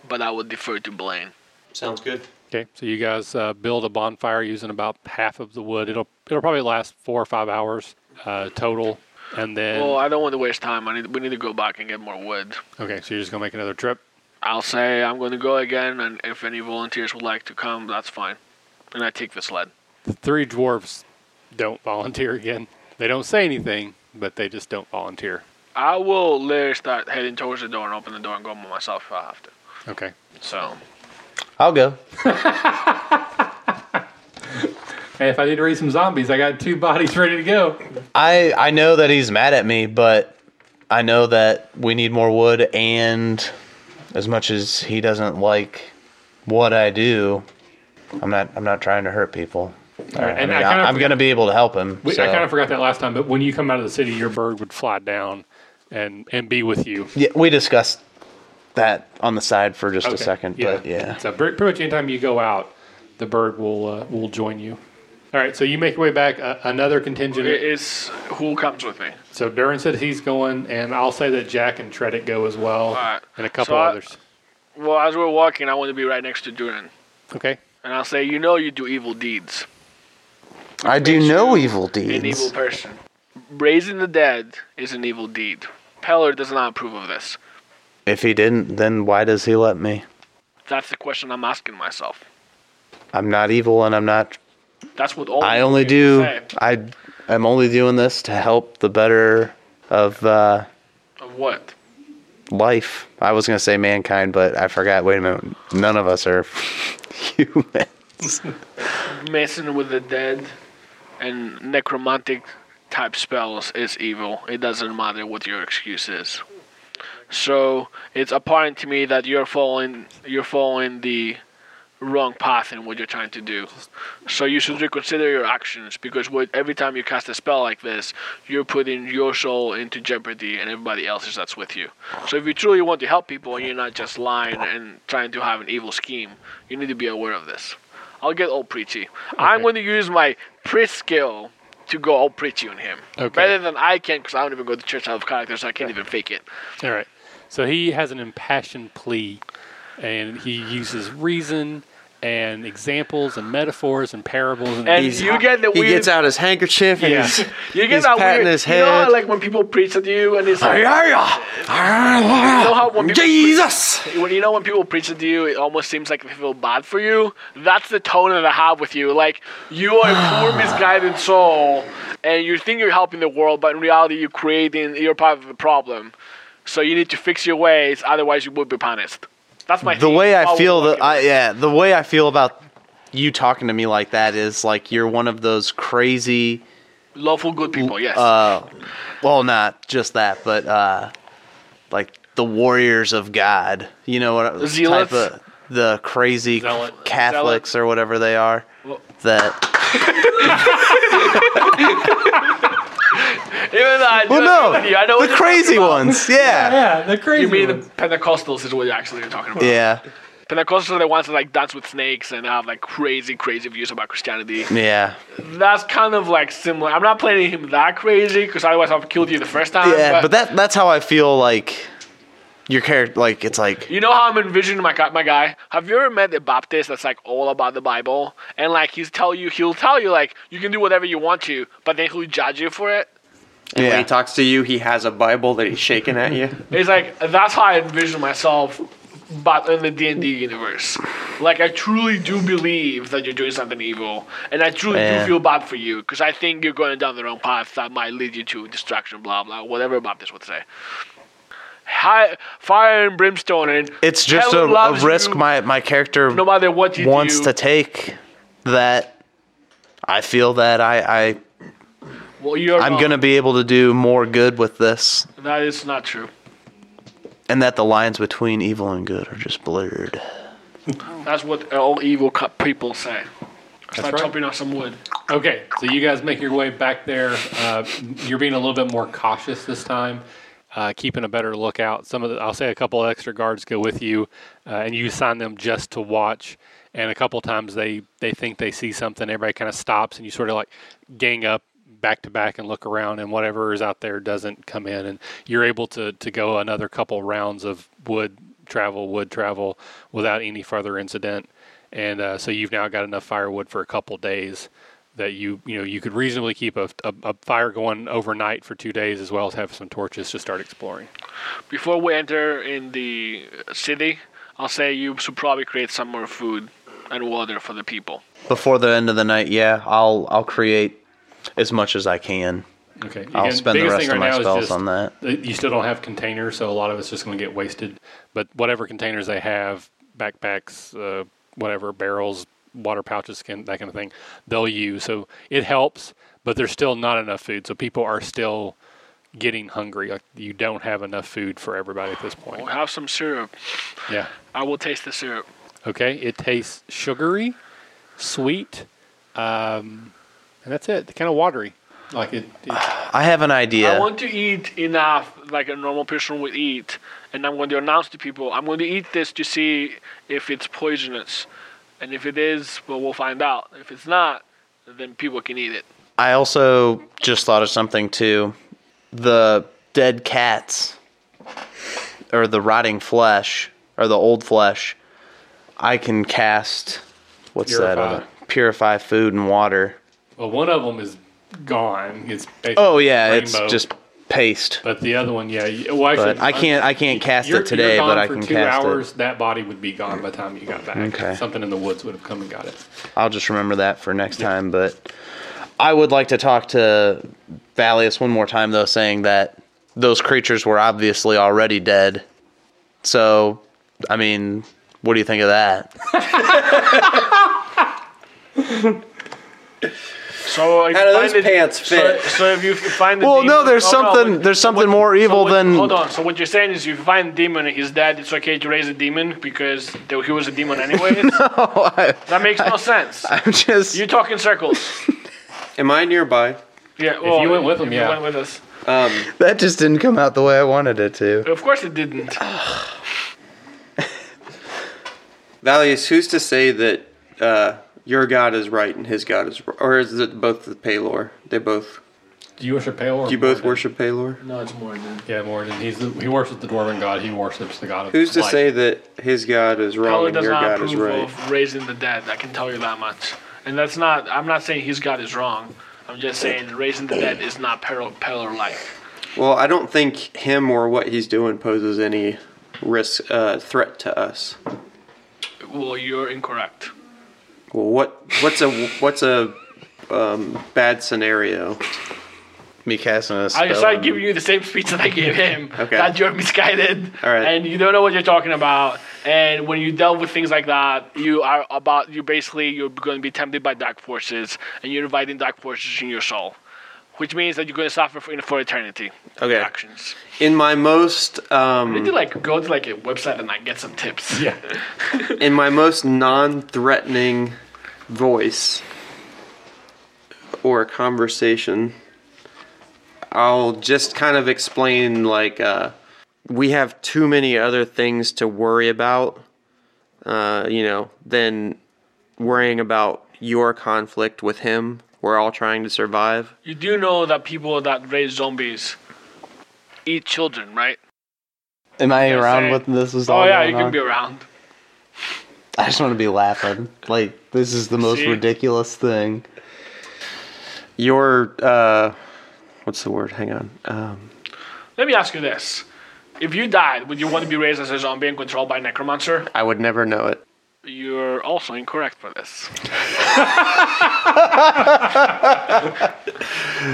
C: But I would defer to Blaine.
G: Sounds good.
B: Okay, so you guys uh, build a bonfire using about half of the wood. It'll it'll probably last four or five hours uh, total, and then
C: Well, I don't want to waste time. I need. We need to go back and get more wood.
B: okay, so you're just gonna make another trip.
C: I'll say I'm going to go again, and if any volunteers would like to come, that's fine. And I take the sled.
B: The three dwarves don't volunteer again. They don't say anything, but they just don't volunteer.
C: I will later start heading towards the door and open the door and go by myself if I have to.
B: Okay.
C: So
E: I'll go.
B: Hey, if I need to raise some zombies, I got two bodies ready to go.
E: I I know that he's mad at me, but I know that we need more wood and as much as he doesn't like what I do, I'm not I'm not trying to hurt people. I
B: and I
E: mean,
B: kinda
E: I am
B: forgot-
E: going to be able to help him.
B: We,
E: so-
B: I kind of forgot that last time, but when you come out of the city, your bird would fly down and and be with you.
E: yeah, we discussed that on the side for just a
B: Okay,
E: second, but yeah.
B: So pretty, pretty much anytime you go out, the bird will uh, will join you. All right, so you make your way back. Uh, another contingent.
C: it is who comes with me.
B: so Durin said he's going, and I'll say that Jack and Tredit go as well,
C: right.
B: and a couple
C: So I-
B: others.
C: Well, as we're walking, I want to be right next to Durin,
B: Okay.
C: and I'll say, you know, you do evil deeds.
E: I do know evil
C: An evil
E: deeds.
C: person. Raising the dead is an evil deed. Peller does not approve of this.
E: If he didn't, then why does he let me?
C: That's the question I'm asking myself.
E: I'm not evil and I'm not
C: That's what all.
E: I
C: evil
E: only
C: people
E: do
C: say.
E: I I'm only doing this to help the better of uh,
C: Of what?
E: life. I was gonna say mankind, but I forgot. Wait a minute, none of us are human.
C: Messing with the dead and necromantic type spells is evil. It doesn't matter what your excuse is. So it's apparent to me that you're following you're following the wrong path in what you're trying to do. So you should reconsider your actions because what, every time you cast a spell like this, you're putting your soul into jeopardy and everybody else's that's with you. So if you truly want to help people and you're not just lying and trying to have an evil scheme, you need to be aware of this. I'll get all preachy. I'm going to use my pre skill to go all preachy on him.
B: Okay.
C: Better than I can because I don't even go to church out of character, so I can't even fake it.
B: All right. So he has an impassioned plea, and he uses reason and examples and metaphors and parables and,
C: And
F: He's-
C: you get the
F: He
C: weird.
F: gets out his handkerchief and
B: Yeah.
F: he's
C: You get
F: He's
C: that
F: patting
C: weird.
F: his
C: You know how,
F: head.
C: like when people preach at you and it's like.
E: ah,
C: You know how when people
F: Jesus.
C: when you know when people preach to you, it almost seems like they feel bad for you. That's the tone that I have with you. Like you are a poor, misguided soul, and you think you're helping the world, but in reality, you're creating. You're part of the problem. So you need to fix your ways, otherwise you will be punished. That's my
E: The
C: thing.
E: way I
C: Follow
E: feel
C: the
E: that I yeah, the way I feel about you talking to me like that is like you're one of those crazy.
C: lawful good people. Yes.
E: Uh, well, not just that, but uh, like the warriors of God. You know what
C: Zealots?
E: type of the crazy
B: Zealot.
E: Catholics or whatever they are. That
C: Even though I
E: well,
C: disagree with
E: no,
C: you, I know what
E: the
C: you're
E: crazy
C: talking about.
E: ones. Yeah,
B: yeah, the crazy.
C: You mean the Pentecostals is what you're actually talking about?
E: yeah,
C: Pentecostals are the ones that like dance with snakes and have like crazy, crazy views about Christianity.
E: yeah.
C: That's kind of like similar. I'm not playing him that crazy because otherwise I've killed you the first time.
E: Yeah,
C: but,
E: but that that's how I feel like your character like it's like
C: you know how I'm envisioning my guy, my guy. Have you ever met a Baptist that's like all about the Bible and like he's tell you he'll tell you like you can do whatever you want to, but then he'll judge you for it.
E: yeah.
D: When he talks to you, he has a Bible that he's shaking at you.
C: It's like that's how I envision myself, but in the D and D universe. Like I truly do believe that you're doing something evil, and I truly
E: Yeah.
C: do feel bad for you because I think you're going down the wrong path that might lead you to destruction, blah blah, whatever Baptist would say. Hi, fire and brimstone, and
E: it's just a,
C: hell
E: a
C: loves
E: risk
C: you
E: my my character
C: no matter what you
E: wants
C: do.
E: to take that I feel that I, I
C: well, you're
E: I'm
C: wrong.
E: gonna be able to do more good with this,
C: That is not true.
E: and that the lines between evil and good are just blurred.
C: That's what all evil co- people say. Start
B: right.
C: chopping off some wood.
B: Okay, so you guys make your way back there. Uh, you're being a little bit more cautious this time, uh, keeping a better lookout. Some of the, I'll say a couple of extra guards go with you, uh, and you assign them just to watch. And a couple times they they think they see something. Everybody kind of stops, and you sort of like gang up back to back and look around, and whatever is out there doesn't come in, and you're able to to go another couple rounds of wood travel, wood travel without any further incident. And uh, so you've now got enough firewood for a couple days that you you know you could reasonably keep a, a, a fire going overnight for two days as well as have some torches to start exploring
C: Before we enter in the uh, city, I'll say you should probably create some more food and water for the people.
E: Before the end of the night, yeah, I'll I'll create as much as I can.
B: okay
E: I'll spend the rest of my spells on that.
B: you still don't have containers so a lot of it's just going to get wasted but whatever containers they have backpacks uh, whatever barrels water pouches can, that kind of thing they'll use so it helps but there's still not enough food so people are still getting hungry like you don't have enough food for everybody at this point
C: We have some syrup.
B: yeah
C: I will taste the syrup.
B: Okay, it tastes sugary, sweet, um, and that's it. Kind of watery, like it. it
E: I have an
C: I
E: idea.
C: want to eat enough like a normal person would eat, and I'm going to announce to people I'm going to eat this to see if it's poisonous. And if it is, well, we'll find out. If it's not, then people can eat it.
E: I also just thought of something too. The dead cats, or the rotting flesh, or the old flesh. I can cast. What's that?
B: Purify.
E: other- Purify food and water.
B: well, one of them is gone. It's basically
E: Oh yeah,
B: rainbow,
E: it's just paste.
B: But the other one, yeah. you- Well, actually, uh,
E: But I can't. I can't cast
B: you're-
E: it today.
B: You're gone
E: But I
B: for
E: can
B: two
E: cast
B: hours. That body would be gone by the time you got back.
E: Okay.
B: Something in the woods would have come and got it.
E: it. I'll just remember that for next time. But I would like to talk to Valius one more time, though, saying that those creatures were obviously already dead. So, I mean, what do you think of that?
C: So if
D: How do
C: you
D: those
C: find it-
D: pants fit?
C: So, so if you f- find the
E: Well,
C: demon,
E: no, there's
C: Hold on,
E: something-
C: what-
E: there's
C: so
E: something
C: what-
E: more evil
C: so what-
E: than-
C: Hold on. So what you're saying is, if you find demon is dead, it's okay to raise a demon because there- he was a demon anyways. that makes no sense.
E: I'm just.
C: you talk in circles.
D: Am I nearby?
C: Yeah. Well,
B: you went with him,
C: if you
B: yeah.
C: went with us.
E: That just didn't come out the way I wanted it to.
C: Of course it didn't.
D: Valius, who's to say that uh, your god is right and his god is wr- Or is it both the Palor? They both.
B: Do you worship Pale? Or
D: Do you both
B: Moradin?
D: worship Palor?
C: No, it's more than.
B: Yeah, Moradin. He's the, he worships the dwarven god. He worships the god of
D: Who's to
B: light.
D: say that his god is wrong
C: Paolo
D: and
C: does
D: your
C: not
D: god is
C: approve
D: right?
C: of raising the dead. I can tell you that much. And that's not. I'm not saying his God is wrong. I'm just saying raising the dead is not Pelor like.
D: Well, I don't think him or what he's doing poses any risk uh, threat to us.
C: Well, you're incorrect.
D: Well, what what's a what's a um, bad scenario?
E: Me casting a
C: I
E: spell.
C: decided giving you the same speech that I gave him.
D: Okay.
C: That you're misguided.
D: All right.
C: And you don't know what you're talking about. And when you delve with things like that, you are about you basically you're going to be tempted by dark forces, and you're inviting dark forces in your soul, which means that you're going to suffer for, for eternity.
D: Okay.
C: Actions.
D: In my most
C: I
D: um,
C: need to like go to like a website and like get some tips.
B: Yeah.
D: in my most non-threatening voice or conversation, I'll just kind of explain like uh, we have too many other things to worry about, uh, you know, than worrying about your conflict with him. We're all trying to survive.
C: You do know that people that raise zombies eat children, right?
E: Am I around
C: say-
E: with this? Is
C: Oh
E: all
C: yeah,
E: going
C: you can
E: on?
C: be around.
E: I just want to be laughing. Like this is the most
C: See?
E: ridiculous thing.
D: Your uh, what's the word? Hang on. Um,
C: Let me ask you this. If you died, would you want to be raised as a zombie and controlled by a necromancer?
D: I would never know it.
C: You're also incorrect for this.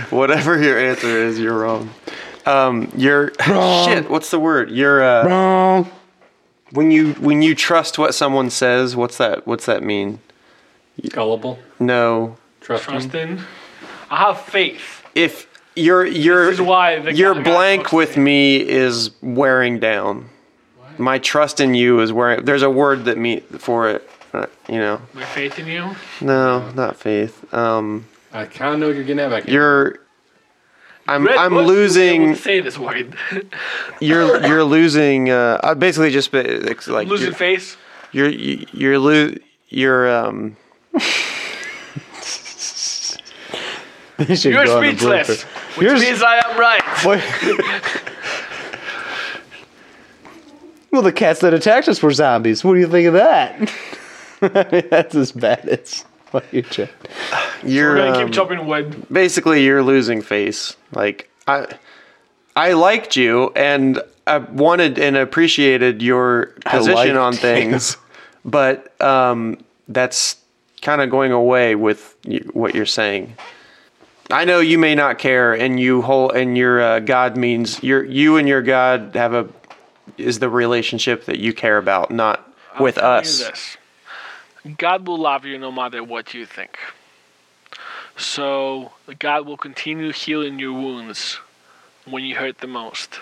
D: Whatever your answer is, you're wrong. Um, you're shit. What's the word? You're uh,
E: Wrong.
D: when you when you trust what someone says. What's that? What's that mean?
B: Gullible.
D: No. Hmm.
B: Trusting.
C: Trustin, I have faith.
D: If your your
C: This is why the
D: your
C: guy- guy
D: blank
C: talks
D: with
C: to
D: me is wearing down. My trust in you is wearing. There's a word that me for it. uh, You know.
C: My faith in you.
D: No, not faith. Um,
B: I kind of know what you're getting at back
D: you're. I'm
C: Red
D: I'm
C: Bush, they
D: losing.
C: wouldn't say this word.
D: You're you're losing. Uh, I basically just ba- it's like
C: Losing
D: you're-
C: face.
D: you're you- you're lo- you're um
C: You're speechless, which means I am right.
E: well, the cats that attacked us were zombies. What do you think of that? I mean, that's as bad as what you just.
D: you're
C: We're gonna
D: um,
C: keep chopping wood.
D: basically you're losing face. Like I I liked you and I wanted and appreciated your position
E: liked
D: on things, but um that's kind of going away with y- what you're saying. I know you may not care, and you whole and your uh, God means your you and your God have a is the relationship that you care about, not with us.
C: Do this. God will love you no matter what you think. So God will continue healing your wounds when you hurt the most.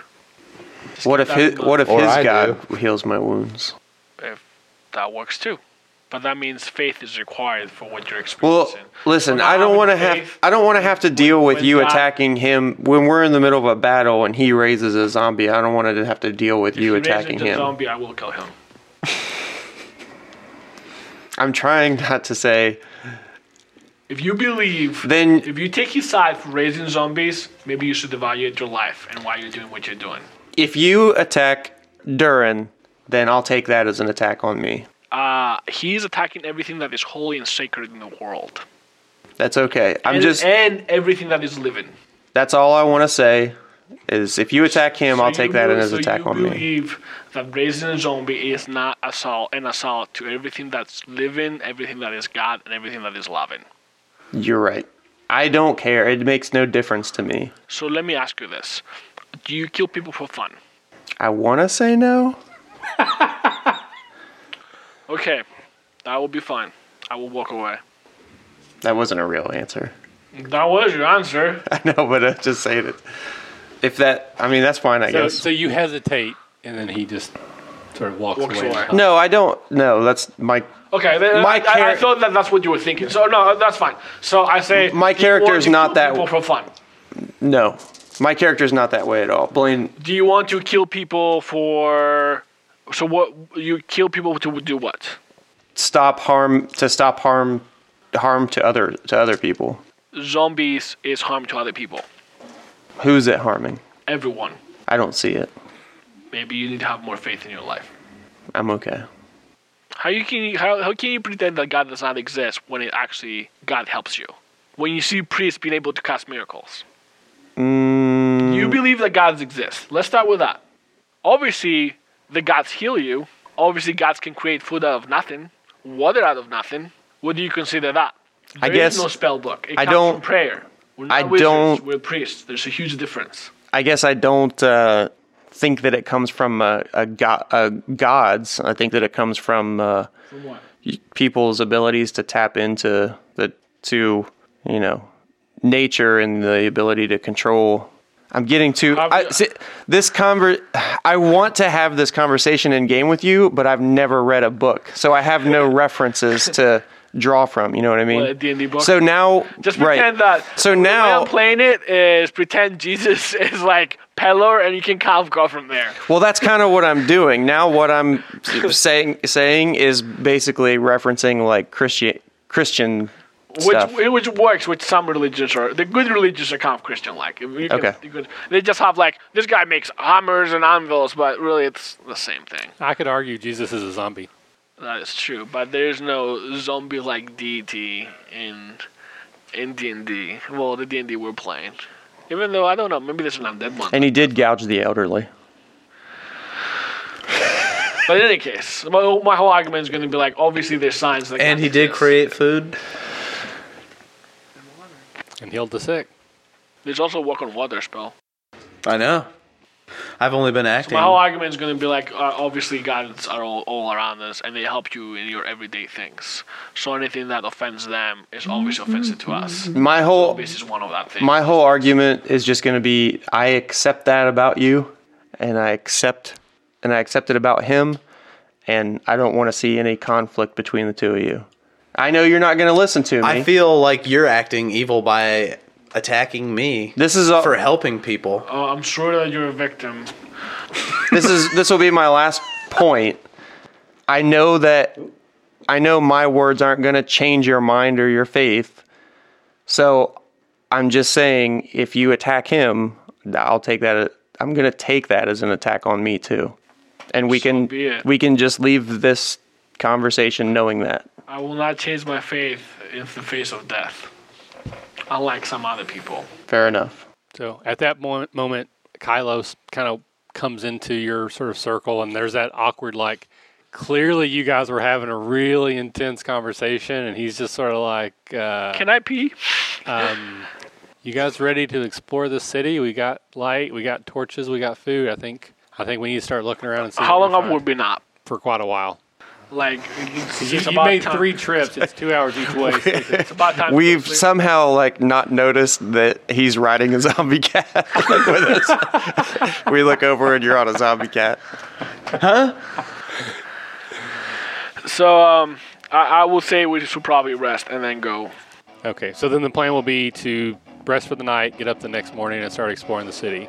D: What if
C: keep that in
D: his,
C: mind.
D: what if
E: Or
D: his
E: I
D: God heals my wounds?
C: If that works too. But that means faith is required for what you're
D: Well,
C: experiencing.
D: listen,
C: When
D: I don't
C: I'm
D: want to
C: in
D: have
C: faith,
D: I don't want to have to deal with
C: when
D: you
C: God-
D: attacking him when we're in the middle of a battle and he raises a zombie. I don't want to have to deal with you
C: if he raises
D: attacking
C: the
D: him.
C: Zombie, I will kill him.
D: I'm trying not to say
C: If you believe,
D: then
C: if you take his side for raising zombies, maybe you should evaluate your life and why you're doing what you're doing.
D: if you attack Durin, then I'll take that as an attack on me.
C: Uh, he's attacking everything that is holy and sacred in the world,
D: That's okay. I'm
C: and,
D: just
C: and everything that is living.
D: that's all I want to say is if you attack him,
C: So
D: I'll take
C: you
D: that
C: be-
D: as
C: so
D: an attack
C: you
D: on me.
C: believe that raising a zombie is not assault, an assault to everything that's living, everything that is God, and everything that is loving.
D: You're right. I don't care. It makes no difference to me.
C: So let me ask you this: Do you kill people for fun?
D: I want to say no.
C: Okay, that will be fine. I will walk away.
D: That wasn't a real answer.
C: That was your answer.
D: I know, but I just saying it. If that, I mean, that's fine, I
B: So,
D: guess.
B: so you hesitate, and then he just sort of walks,
C: Walks
B: away.
C: away.
D: no, I don't. No, that's my.
C: Okay, then
D: My
C: I, I, I
D: char-
C: thought that that's what you were thinking. So no, that's fine. So I say
D: My
C: you
D: character
C: want
D: is
C: to
D: not
C: kill
D: that-
C: people for fun.
D: No, my character's not that way at all. Blaine,
C: Do you want to kill people for? So what? You kill people to do what?
D: stop harm to stop harm, harm to other to other people.
C: Zombies is harm to other people.
D: Who's it harming?
C: Everyone.
D: I don't see it.
C: Maybe you need to have more faith in your life.
D: I'm okay.
C: How you can how, how can you pretend that God does not exist when it actually God helps you? When you see priests being able to cast miracles,
D: Mm,
C: you believe that gods exist. Let's start with that. Obviously, the gods heal you. Obviously, gods can create food out of nothing, water out of nothing. What do you consider that?
D: I
C: There is
D: guess-
C: no spell book. It
D: I
C: comes
D: don't-
C: from prayer. We're not
D: I
C: wizards,
D: don't-
C: We're priests. There's a huge difference.
D: I guess I don't uh, think that it comes from uh, a, go- uh, gods. I think that it comes from uh,
C: From what?
D: people's abilities to tap into the to you know nature and the ability to control. I'm getting too. I, see, this conver. I want to have this conversation in game with you, but I've never read a book, so I have no references to draw from. You know what I mean?
C: Well, a D&D book?
D: So now,
C: Just
D: right.
C: pretend that.
D: So
C: the way
D: now-
C: I'm playing it is pretend Jesus is like Pelor, and you can kind of go from there.
D: Well, that's kind of what I'm doing now. What I'm saying saying is basically referencing like Christian Christian stuff.
C: Which which works with some religions or the good religions are kind of Christian like.
D: Okay.
C: They just have like this guy makes hammers and anvils, but really it's the same thing.
B: I could argue Jesus is a zombie.
C: That is true, but there's no zombie like deity in in D and D. Well, the D and D we're playing. Even though I don't know, maybe there's an undead one.
D: and he did gouge the elderly.
C: But in any case, my, whole- my whole argument is going to be like, obviously there's signs that.
E: And
C: God
E: he did
C: exists.
E: create food.
B: and healed the sick.
C: There's also walk on water spell.
E: I know. I've only been acting.
C: My whole argument is going to be like, uh, obviously, gods are all, all around us, and they help you in your everyday things. So anything that offends them is always offensive to us.
D: My whole
C: This is one of that things.
D: my whole argument is just going to be I accept that about you, and I accept and I accept it about him, and I don't want to see any conflict between the two of you. I know you're not going to listen to me.
E: I feel like you're acting evil by attacking me
D: this is all,
E: for helping people.
C: oh, I'm sure that you're a victim.
D: this is this will be my last point. I know that I know my words aren't going to change your mind or your faith. So I'm just saying if you attack him, I'll take that I'm going to take that as an attack on me too. And we can
C: be it.
D: we can just leave this conversation knowing that.
C: I will not change my faith in the face of death, unlike some other people.
D: Fair enough.
B: So at that mo- moment, Kylos kind of comes into your sort of circle, and there's that awkward, like, clearly you guys were having a really intense conversation, and he's just sort of like, uh,
C: Can I pee?
B: "You guys ready to explore the city? We got light, we got torches, we got food. I think, I think we need to start looking around and see."
C: How
B: what
C: long
B: we
C: have
B: find."
C: we been up?
B: for quite a while.
C: Like,
B: You,
C: it's
B: you
C: about
B: made
C: time.
B: three trips. It's two hours each way.
C: It's about time. to go
D: We've
C: sleep.
D: somehow like not noticed that he's riding a zombie cat like, with us. we look over and you're on a zombie cat.
C: So, um, I, I will say we should probably rest and then go.
B: Okay, so then the plan will be to rest for the night, get up the next morning, and start exploring the city.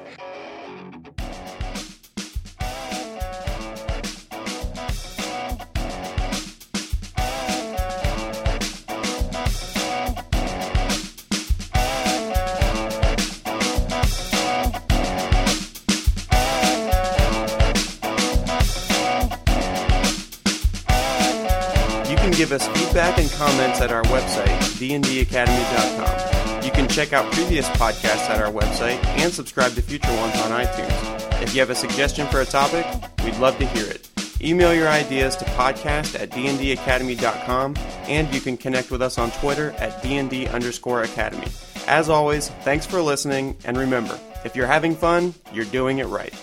D: You can give us feedback and comments at our website, dndacademy.com. You can check out previous podcasts at our website and subscribe to future ones on iTunes. If you have a suggestion for a topic, we'd love to hear it. Email your ideas to podcast at dndacademy.com and you can connect with us on Twitter at dnd underscore academy. As always, thanks for listening, and remember if you're having fun, you're doing it right.